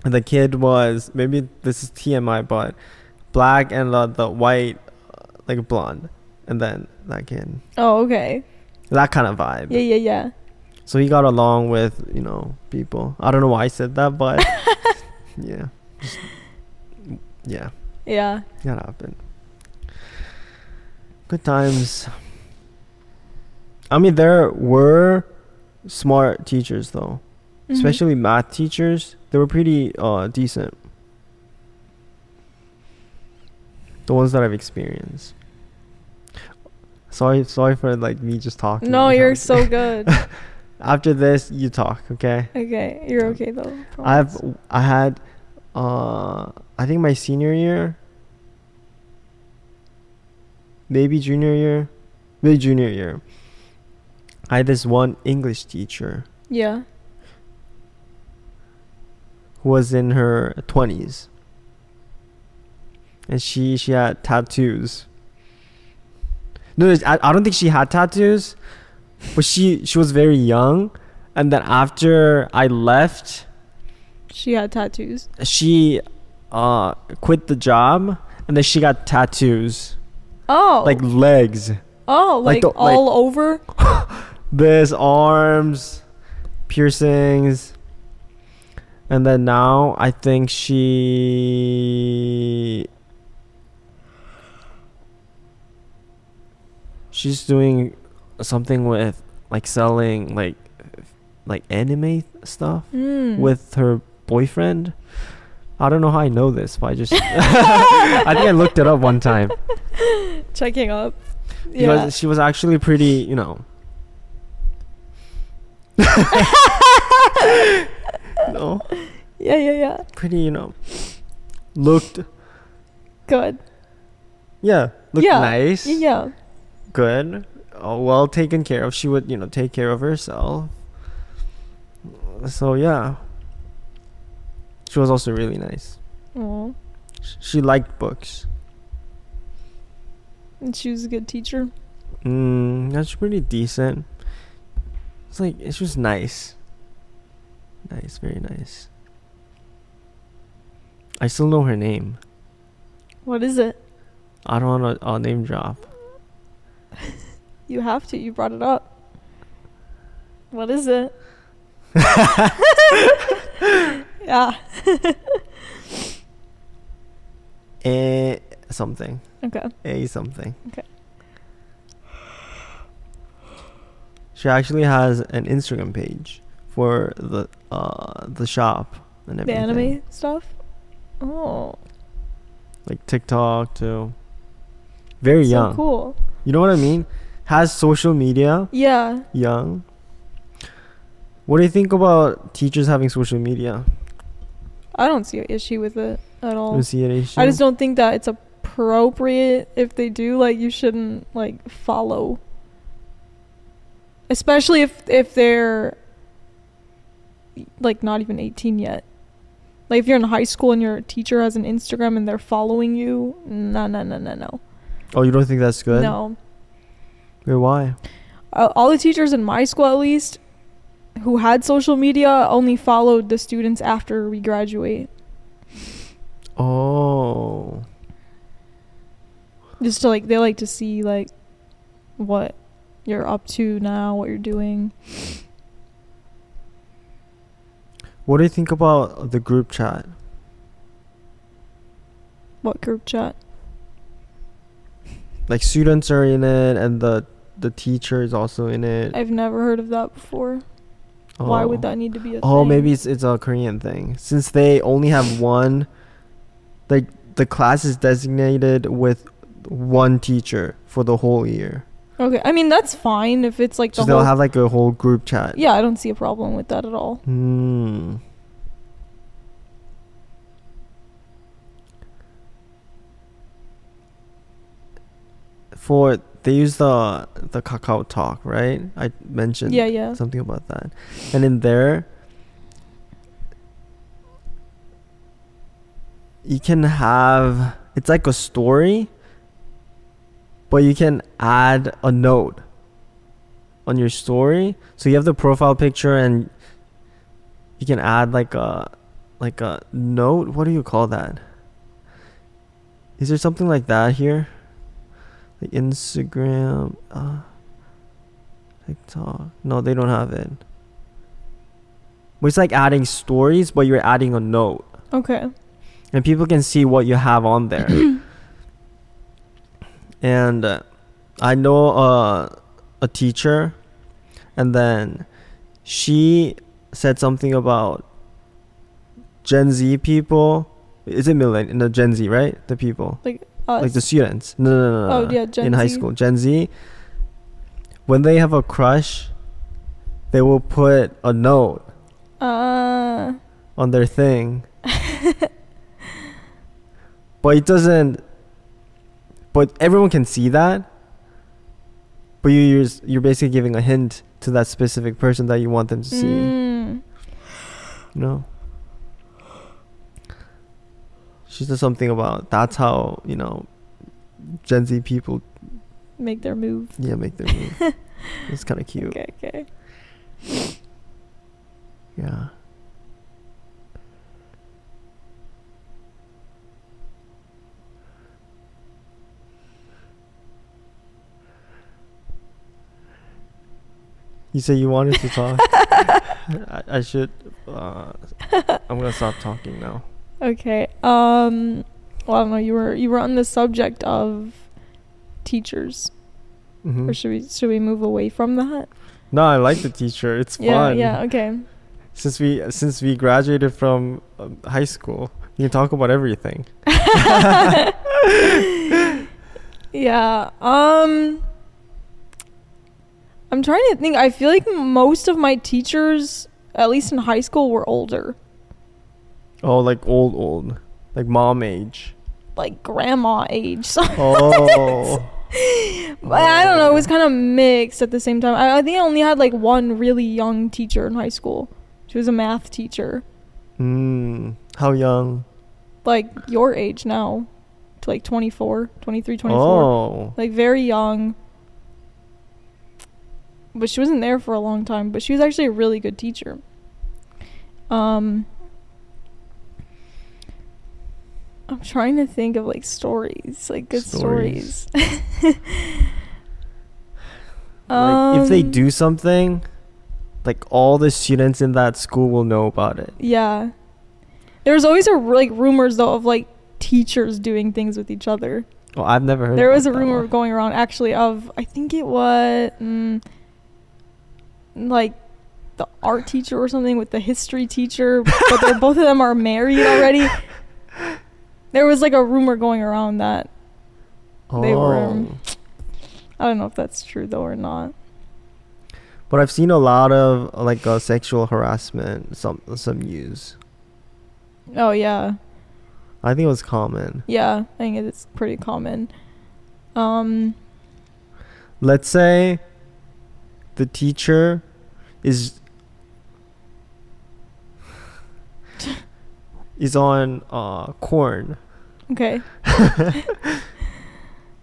A: the kid was maybe this is TMI, but black and the, the white, uh, like blonde, and then that kid,
B: Oh, okay.
A: that kind of vibe.
B: Yeah, yeah, yeah.
A: So he got along with you know people. I don't know why I said that, but yeah, Just- yeah,
B: Yeah.
A: that happened. Good times. I mean, there were smart teachers though,
B: Mhm.
A: especially math teachers. They were pretty uh, decent. The ones that I've experienced. Sorry, sorry for like me just talking.
B: No,
A: without-
B: you're so good.
A: After this, you talk, okay?
B: okay. You're okay though.
A: I've
B: promise.
A: I had uh I think my senior year maybe junior year maybe junior year I had this one English teacher
B: Yeah.
A: who was in her 20s and she she had tattoos no, no I, I don't think she had tattoos but she she was very young and then after I left
B: She had tattoos.
A: she uh quit the job and then she got tattoos
B: Oh.
A: like legs
B: oh,
A: like
B: like,
A: the- like-
B: all over.
A: this arms piercings and then now i think she she's doing something with like selling like like anime stuff
B: Mm.
A: with her boyfriend. I don't know how I know this, but I just I think I looked it up one time.
B: checking up.
A: She
B: Yeah.
A: was she was actually pretty, you know. no,
B: yeah, yeah, yeah.
A: pretty, you know. Looked
B: Good.
A: yeah, looked
B: Yeah,
A: nice,
B: Yeah, Yeah.
A: good, uh, well taken care of. She would, you know, take care of herself. So yeah. She was also really nice.
B: Oh.
A: Sh- She liked books.
B: And she was a good teacher.
A: Mm, that's pretty decent. It's like it's just nice. Nice, very nice. I still know her name.
B: What is it?
A: I don't want to uh, name drop.
B: You have to. You brought it up. What is it? yeah.
A: A Eh, something.
B: Okay.
A: A something.
B: Okay.
A: She actually has an Instagram page for the uh the shop and
B: The
A: everything.
B: anime stuff. Oh.
A: like TikTok too. Very
B: so
A: young.
B: cool.
A: You know what I mean? Has social media.
B: Yeah.
A: young. What do you think about teachers having social media?
B: I don't see an issue with it at all.
A: You see an issue?
B: Oh. I just don't think that it's appropriate if they do like you shouldn't like follow. Especially if if they're like not even 18 yet. Like if you're in high school and your teacher has an Instagram and they're following you, no no no no no.
A: oh, you don't think that's good?
B: No.
A: Wait, why?
B: Uh, all the teachers in my school at least who had social media only followed the students after we graduate
A: Oh,
B: just to like they like to see like what you're up to now what you're doing
A: what do you think about the group chat?
B: what group chat
A: Like students are in it, and the the teacher is also in it.
B: i've never heard of that before why
A: Oh.
B: would that need to be a
A: Oh,
B: thing?
A: maybe it's it's a Korean thing. Since they only have one, like the class is designated with one teacher for the whole year,
B: okay i mean that's fine if it's like
A: so
B: the
A: they'll
B: whole
A: have like a whole group chat.
B: yeah i don't see a problem with that at all
A: Hmm. For they use the the Kakao Talk, right? I mentioned
B: yeah yeah
A: something about that, and in there, you can have it's like a story, but you can add a note on your story. So you have the profile picture and you can add like a like a note. What do you call that? Is there something like that here? Like Instagram, uh, TikTok. No, they don't have it. But it's like adding stories, but you're adding a note,
B: Okay.
A: and people can see what you have on there. and uh, I know uh, a teacher, and then she said something about Gen Z people. Is it millennial? No, Gen Z, right? The people,
B: Us.
A: like the students. No, no, no, no.
B: oh
A: no.
B: yeah, Gen
A: in high
B: Z.
A: school, Gen Z. When they have a crush, they will put a note
B: Uh,
A: on their thing. but it doesn't. But everyone can see that. But you you're, s- you're basically giving a hint to that specific person that you want them to see.
B: mm,
A: You know. She said something about that's how you know, Gen Z people
B: make their move.
A: yeah make their move. it's kind of cute.
B: Okay, okay.
A: Yeah. You say you wanted to talk. I, I should. Uh, I'm gonna stop talking now.
B: Okay. Um well I don't know, you were you were on the subject of teachers.
A: Mhm.
B: Or should we should we move away from that?
A: No, I like the teacher. It's
B: yeah,
A: fun.
B: yeah, okay.
A: Since we since we graduated from um, high school, we can talk about everything.
B: Yeah. Um I'm trying to think. I feel like most of my teachers, at least in high school, were older.
A: Oh, like old old, like mom age.
B: Like grandma age. So
A: Oh.
B: But I don't know. It was kind of mixed at the same time. I, I think I only had like one really young teacher in high school. She was a math teacher,
A: Mm, how young?
B: like your age now, to like 24, 23, 24.
A: Oh.
B: Like very young. But she wasn't there for a long time. But she was actually a really good teacher. Um, I'm trying to think of like stories, like good
A: Stories.
B: stories.
A: Like if they
B: Um,
A: do something, like all the students in that school will know about it.
B: Yeah. There was always a r- like rumors though of like teachers doing things with each other.
A: Oh, I've never heard.
B: There
A: about
B: was a
A: that
B: rumor
A: one.
B: going around actually of I think it was mm, like the art teacher or something with the history teacher, but they're, both of them are married already. There was like a rumor going around that they were, um,
A: Oh.
B: I don't know if that's true though or not.
A: But I've seen a lot of like uh, sexual harassment. Some some news.
B: Oh yeah.
A: I think it was common.
B: Yeah, I think it's pretty common. Um
A: Let's say the teacher is is on uh, corn.
B: okay.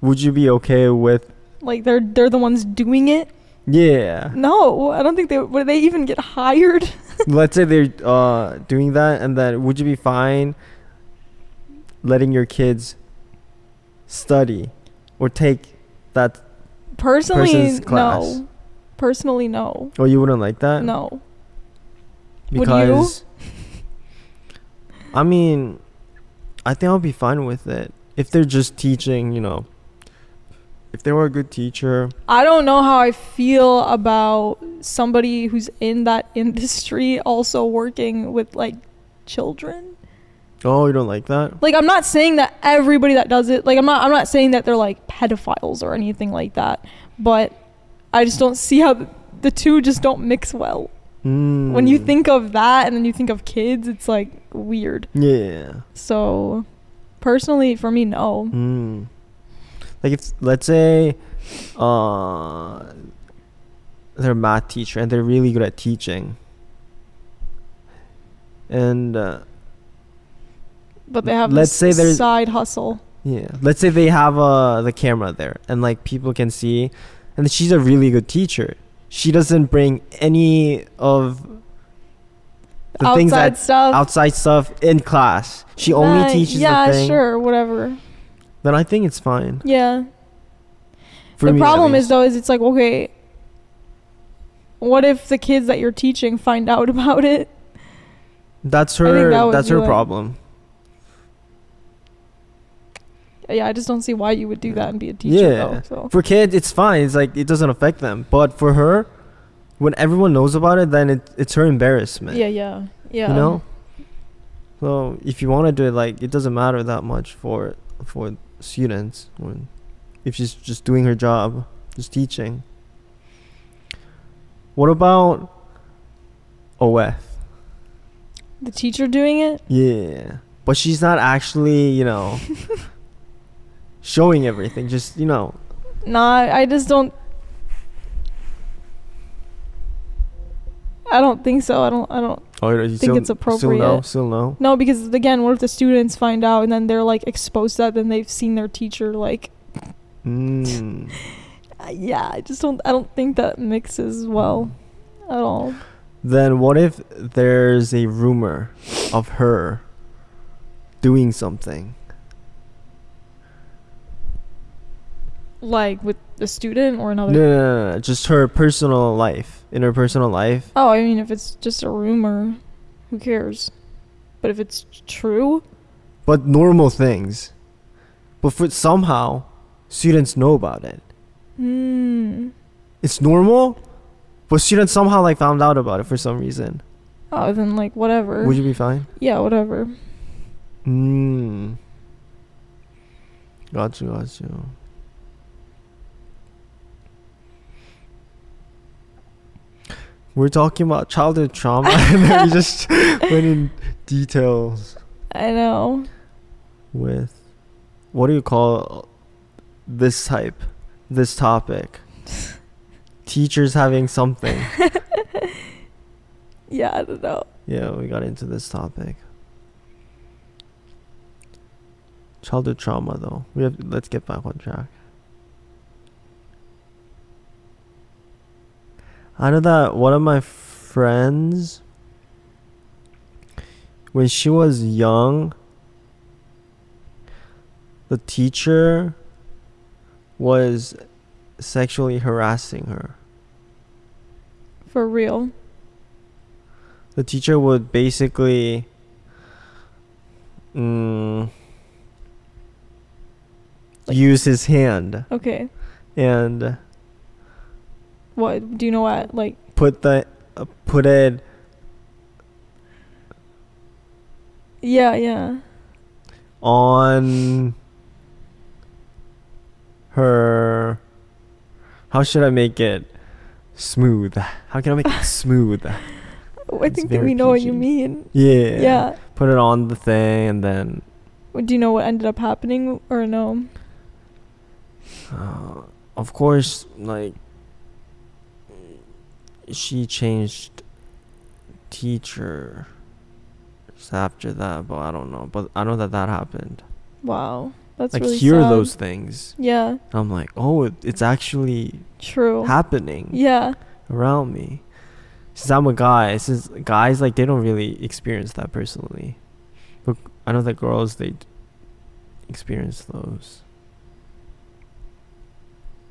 A: Would you be okay with?
B: Like they're they're the ones doing it.
A: Yeah.
B: No, I don't think they would. They even get hired.
A: let's say they're uh, doing that and then would you be fine letting your kids study or take that
B: Personally,
A: Person's class. Uh,
B: no. Personally, no.
A: or you wouldn't like that
B: No. Would you?
A: because i mean i think i'll be fine with it if they're just teaching you know if they were a good teacher
B: I don't know how I feel about somebody who's in that industry also working with like children.
A: oh you don't like that
B: Like I'm not saying that everybody that does it, like I'm not I'm not saying that they're like pedophiles or anything like that, but I just don't see how the, the two just don't mix well. When you
A: Mm.
B: think of that and then you think of kids, it's like weird.
A: yeah
B: So, personally, for me, no.
A: Mm. Like if let's say uh they're a math teacher and they're really good at teaching. And uh,
B: But they have
A: Let's
B: this
A: say there's-
B: side hustle.
A: yeah, let's say they have uh the camera there and like people can see and she's a really good teacher. She doesn't bring any of the
B: outside
A: things that
B: stuff.
A: outside stuff in class. She only
B: That-
A: teaches
B: Yeah,
A: the thing.
B: sure, whatever.
A: Then I think it's fine.
B: Yeah.
A: For
B: the
A: me, at
B: problem is
A: least.
B: though is it's like okay, what if the kids that you're teaching find out about it?
A: that's
B: think
A: her.
B: that would
A: that's
B: be
A: her
B: like-
A: problem.
B: Yeah, I just don't see why you would do that and be a teacher
A: Yeah.
B: though. So
A: For kids, it's fine. It's like it doesn't affect them. But for her, when everyone knows about it, then it, it's her embarrassment.
B: yeah, yeah, yeah. Um,
A: You know. So if you want to do it, like it doesn't matter that much for for students when if she's just doing her job, just teaching. What about OF?
B: the teacher doing it.
A: Yeah, but she's not actually, you know, showing everything. Just you know,
B: Nah, I just don't. I don't think so. I don't. I don't.
A: oh, you
B: Think it's
A: Still no,
B: appropriate.
A: still no.
B: No, because again, what if the students find out and then they're like exposed to that, then they've seen their teacher like.
A: Mm.
B: Uh, yeah, I just don't. I don't think that mixes well, at all.
A: Then what if there's a rumor of her doing something?
B: Like with the student or
A: No,
B: another.
A: no, no, no, no, just her personal life. In her personal life,
B: Oh, I mean, if it's just a rumor, who cares? But if it's true,
A: but normal things. But for somehow, students know about it.
B: hmm.
A: It's normal, but students somehow like found out about it for some reason.
B: Oh, then like whatever.
A: Would you be fine?
B: yeah, whatever.
A: Mm. Gotcha, gotcha. We're talking about childhood trauma, and then we just went in details
B: I know.
A: with what do you call this type, this topic? Teachers having something.
B: Yeah, I don't know.
A: Yeah, we got into this topic. Childhood trauma, though. We have let's get back on track. I know that one of my friends, when she was young, the teacher was sexually harassing her.
B: For real.
A: the teacher would basically mm,
B: Like-
A: use his hand
B: Okay.
A: and
B: What do you know? What like?
A: put the uh, put it
B: Yeah, yeah.
A: on her how should i make it smooth how can i make it smooth
B: Oh, I
A: It's
B: think that
A: very
B: we know what you
A: PG.
B: mean.
A: yeah
B: Yeah.
A: put it on the thing and then
B: Well, Do you know what ended up happening or no?
A: Uh, of course, like she changed teachers after that, but I don't know. But I know that that happened.
B: Wow, that's
A: like
B: really
A: hear
B: sad.
A: those things.
B: Yeah,
A: I'm like, oh, it, it's actually
B: true.
A: happening
B: yeah,
A: around me. Since I'm a guy, since guys like they don't really experience that personally, but I know that girls they d- experience those.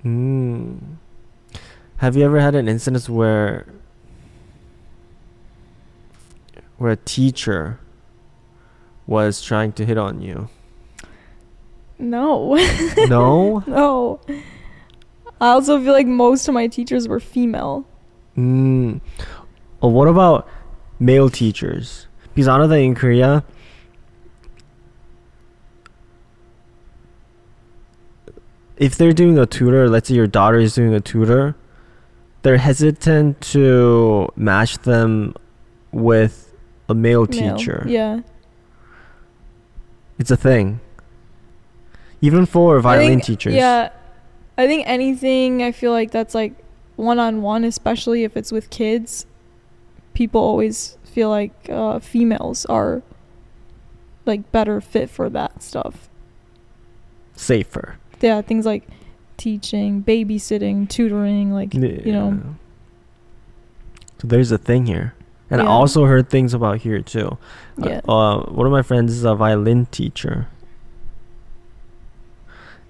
A: Mm. Have you ever had an instance where where a teacher was trying to hit on you?
B: no.
A: No.
B: No. I also feel like most of my teachers were female.
A: Mm. Oh, what about male teachers? Because I know that in Korea, if they're doing a tutor, let's say your daughter is doing a tutor, they're hesitant to match them with a male,
B: Male.
A: Oh, teacher.
B: Yeah.
A: It's a thing. Even for
B: I
A: violin
B: think-
A: teachers.
B: Yeah. I think anything I feel like that's like one on one, especially if it's with kids, people always feel like uh, females are like better fit for that stuff.
A: Safer.
B: Yeah, things like teaching, babysitting, tutoring, like you know.
A: So there's a thing here. And I
B: Yeah.
A: also heard things about here too. Uh,
B: Yeah.
A: Uh, one of my friends is a violin teacher.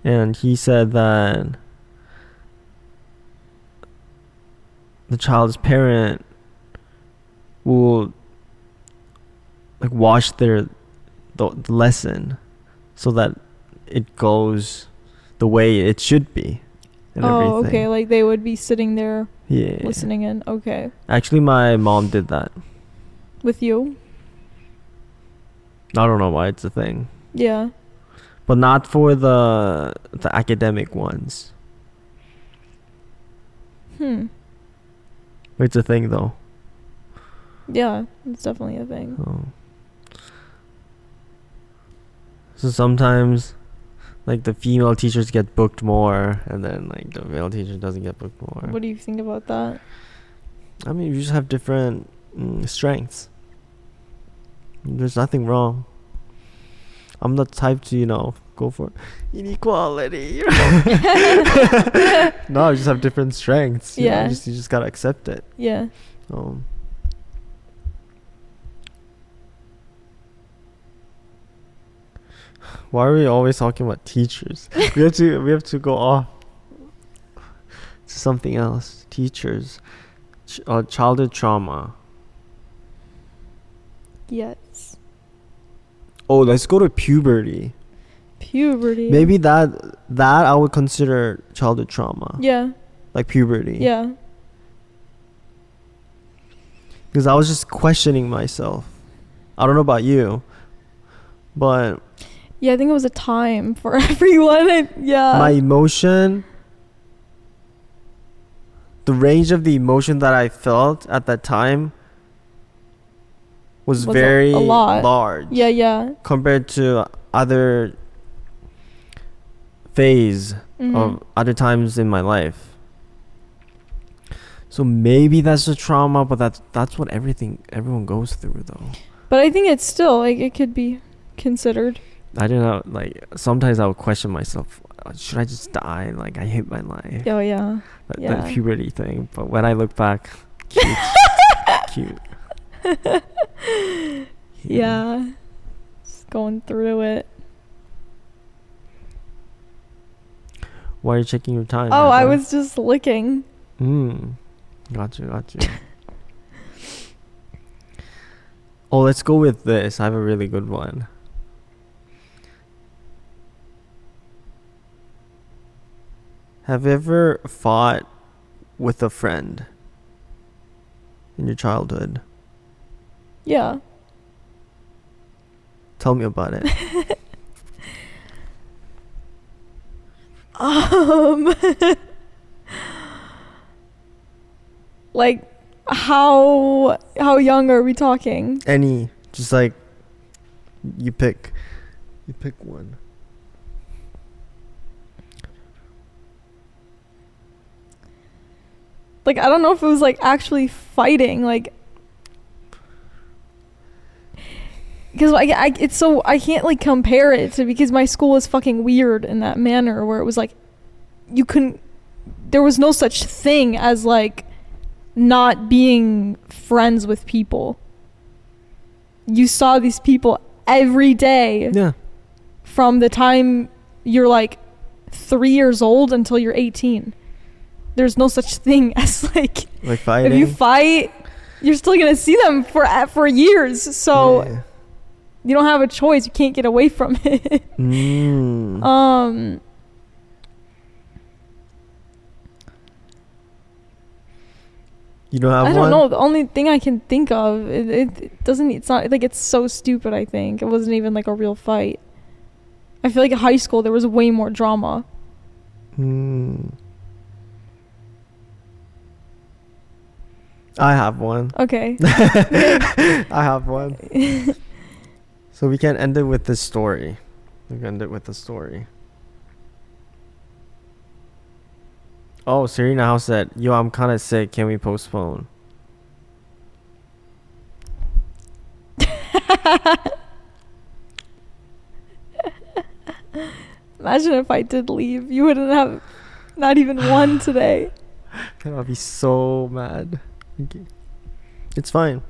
A: And he said that the child's parent will like watch their the, the lesson so that it goes the way it should be and
B: oh,
A: everything.
B: okay. Like they would be sitting there
A: yeah.
B: listening in. Okay,
A: Actually, my mom did that.
B: with you.
A: I don't know why it's a thing.
B: Yeah.
A: but not for the the academic ones.
B: Hmm.
A: It's a thing though.
B: Yeah, it's definitely a thing.
A: So, so sometimes, like the female teachers get booked more, and then like the male teacher doesn't get booked more.
B: What do you think about that?
A: I mean, you just have different mm, strengths. There's nothing wrong. I'm the type to you know go for inequality. no, I just have different strengths. you know, you
B: Yeah.
A: just you just gotta accept it.
B: Yeah.
A: Um. Why are we always talking about teachers? we have to we have to go off to something else. Teachers, Ch- uh, childhood trauma.
B: Yes.
A: Oh, let's go to puberty.
B: Puberty.
A: Maybe that that I would consider childhood trauma,
B: Yeah.
A: like puberty.
B: Yeah.
A: Because I was just questioning myself. I don't know about you, but
B: Yeah. I think it was a time for everyone. and- yeah.
A: my emotion the range of the emotion that i felt at that time was,
B: Was a- a
A: very
B: lot.
A: large
B: yeah. Yeah.
A: compared to other phase
B: Mhm.
A: of other times in my life so maybe that's a trauma but that's that's what everything everyone goes through though
B: But I think it's still like it could be considered.
A: i don't know like sometimes i would question myself should i just die like i hate my life
B: Oh yeah.
A: that, that
B: Yeah.
A: puberty thing. But when I look back, cute, cute.
B: Yeah. Just going through it.
A: Why are you checking your time?
B: oh,
A: Heather?
B: I was just looking.
A: Mm. Gotcha, gotcha. oh, let's go with this. I have a really good one. Have you ever fought with a friend in your childhood?
B: Yeah.
A: Tell me about it.
B: Um. like how how young are we talking?
A: Any, just like you pick, you pick one.
B: Like I don't know if it was like actually fighting like because I, I it's so I can't like compare it to because my school was fucking weird in that manner where it was like you couldn't there was no such thing as like not being friends with people. You saw these people every day.
A: Yeah.
B: from the time you're like three years old until you're 18. There's no such thing as like
A: Like fighting.
B: if you fight, you're still gonna see them for for years. So
A: Yeah.
B: you don't have a choice. You can't get away from it.
A: Mm.
B: um.
A: you don't have
B: I don't
A: one?
B: know. The only thing I can think of, it, it, it doesn't. It's not like it's so stupid. I think it wasn't even like a real fight. I feel like in high school there was way more drama.
A: Mm. I have one.
B: Okay.
A: I have one. so we can end it with this story. We can end it with a story. Oh, Serena House said, Yo, I'm kind of sick. Can we postpone?
B: Imagine if I did leave. You wouldn't have not even one today.
A: God, I'll be so mad. Okay. It's fine.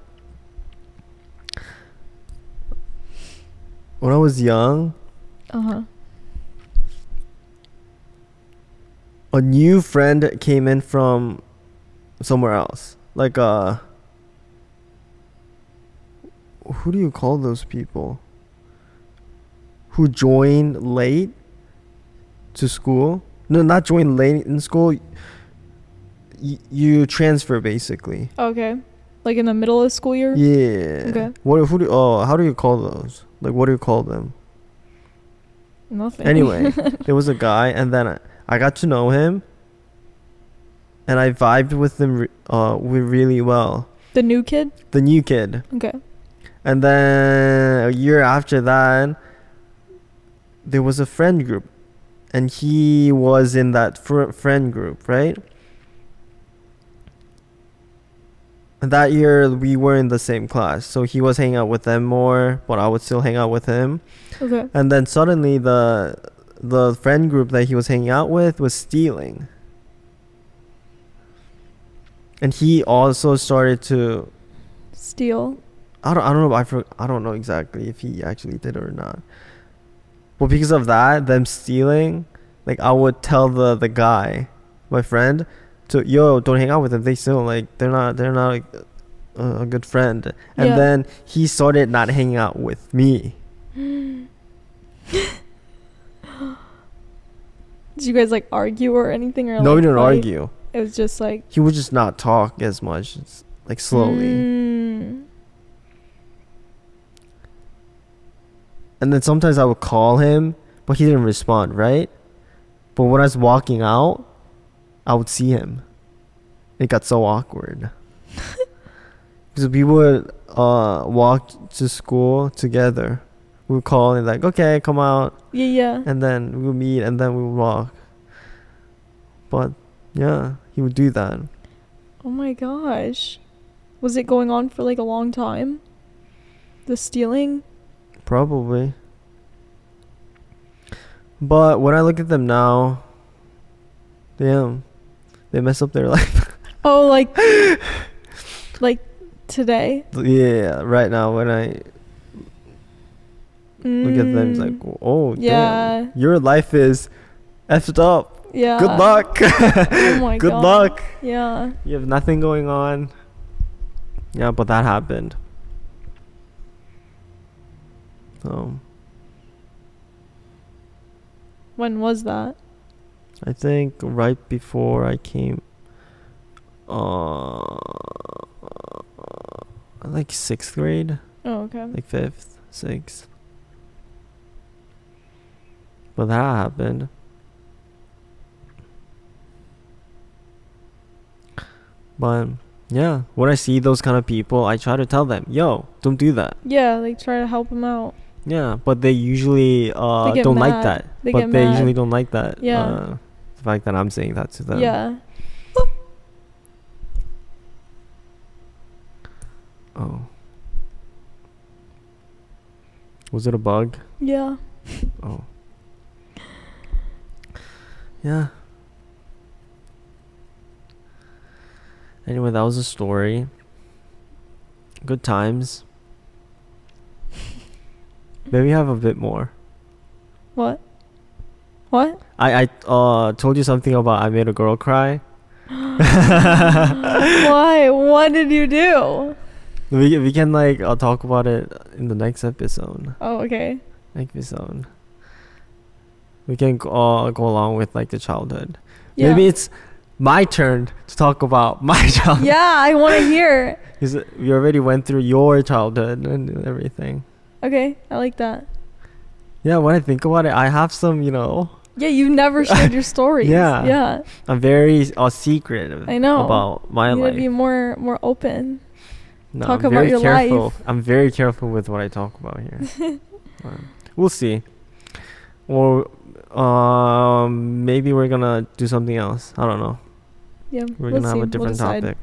A: when I was young,
B: Uh
A: Uh-huh.
B: huh.
A: a new friend came in from somewhere else. Like uh who do you call those people? Who joined late to school? No, not join late in school. Y- you transfer basically.
B: Okay. Like in the middle of school year.
A: Yeah.
B: Okay.
A: What who do oh, how do you call those? Like what do you call them?
B: Nothing.
A: Anyway, there was a guy, and then I, I got to know him, and I vibed with him re- uh, we really well.
B: the new kid.
A: The new kid,
B: Okay.
A: and then a year after that, there was a friend group, and he was in that fr- friend group, right? And that year we were in the same class, so he was hanging out with them more, but I would still hang out with him.
B: Okay.
A: And then suddenly the the friend group that he was hanging out with was stealing. And he also started to
B: Steal.
A: I don't I don't know I for, I don't know exactly if he actually did or not. But because of that, them stealing, like I would tell the the guy, my friend, to yo don't hang out with them. They steal like they're not they're not like, a, a good friend. And
B: Yeah.
A: then he started not hanging out with me.
B: Did you guys like argue or anything? Or
A: no,
B: like,
A: we didn't
B: fight?
A: argue.
B: It was just like
A: he would just not talk as much it's like slowly
B: Mm,
A: and then sometimes i would call him but he didn't respond right but when i was walking out i would see him it got so awkward because we would uh walk to school together we would call and like okay come out
B: yeah, yeah.
A: and then we would meet and then we would walk but yeah he would do that
B: Oh my gosh. Was it going on for like a long time? The stealing?
A: Probably. But when I look at them now, damn, they mess up their life.
B: Oh, like like today.
A: yeah, right now when I look at them, it's
B: Mm,
A: like, oh,
B: Yeah. Uh,
A: damn, your life is effed up.
B: Yeah.
A: Good luck.
B: Oh my
A: Good
B: God.
A: luck.
B: Yeah.
A: You have nothing going on. Yeah, but that happened. So
B: When was that?
A: I think right before I came, uh, like sixth grade,
B: Oh, okay.
A: like fifth, sixth. But that happened. But yeah, when I see those kind of people, I try to tell them, "Yo, don't do that."
B: Yeah, like try to help him out.
A: Yeah, but they usually uh,
B: get
A: don't like
B: mad.
A: that.
B: They
A: but
B: get
A: they
B: mad.
A: usually don't like that.
B: Yeah.
A: Uh, the fact that I'm saying that to them.
B: Yeah.
A: Oh. Was it a bug?
B: Yeah.
A: Oh. Yeah. Anyway, that was a story. Good times. Maybe have a bit more.
B: What? What?
A: I I uh told you something about I made a girl cry.
B: Why? What did you do?
A: We we can like I'll talk about it in the next episode.
B: Oh, okay.
A: Episode. We can go, uh, go along with like the childhood.
B: Yeah.
A: Maybe it's my turn to talk about my childhood.
B: yeah, I want to hear.
A: 'Cause we already went through your childhood and everything.
B: Okay, I like that.
A: Yeah, when I think about it, I have some, you know,
B: Yeah, you never shared your stories.
A: Yeah.
B: Yeah.
A: I'm very uh, secretive
B: I know.
A: about my
B: you need
A: life.
B: to be more more open.
A: No,
B: Talk
A: I'm
B: about
A: very
B: your
A: careful.
B: life.
A: I'm very careful with what I talk about here. Um, we'll see. Or um, maybe we're gonna do something else. I don't know.
B: Yeah.
A: We're
B: we'll
A: gonna
B: see.
A: have a
B: We'll
A: different
B: decide.
A: topic.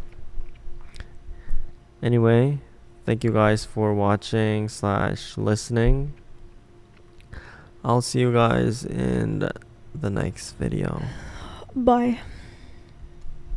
A: Anyway, thank you guys for watching slash listening. I'll see you guys in the next video.
B: Bye.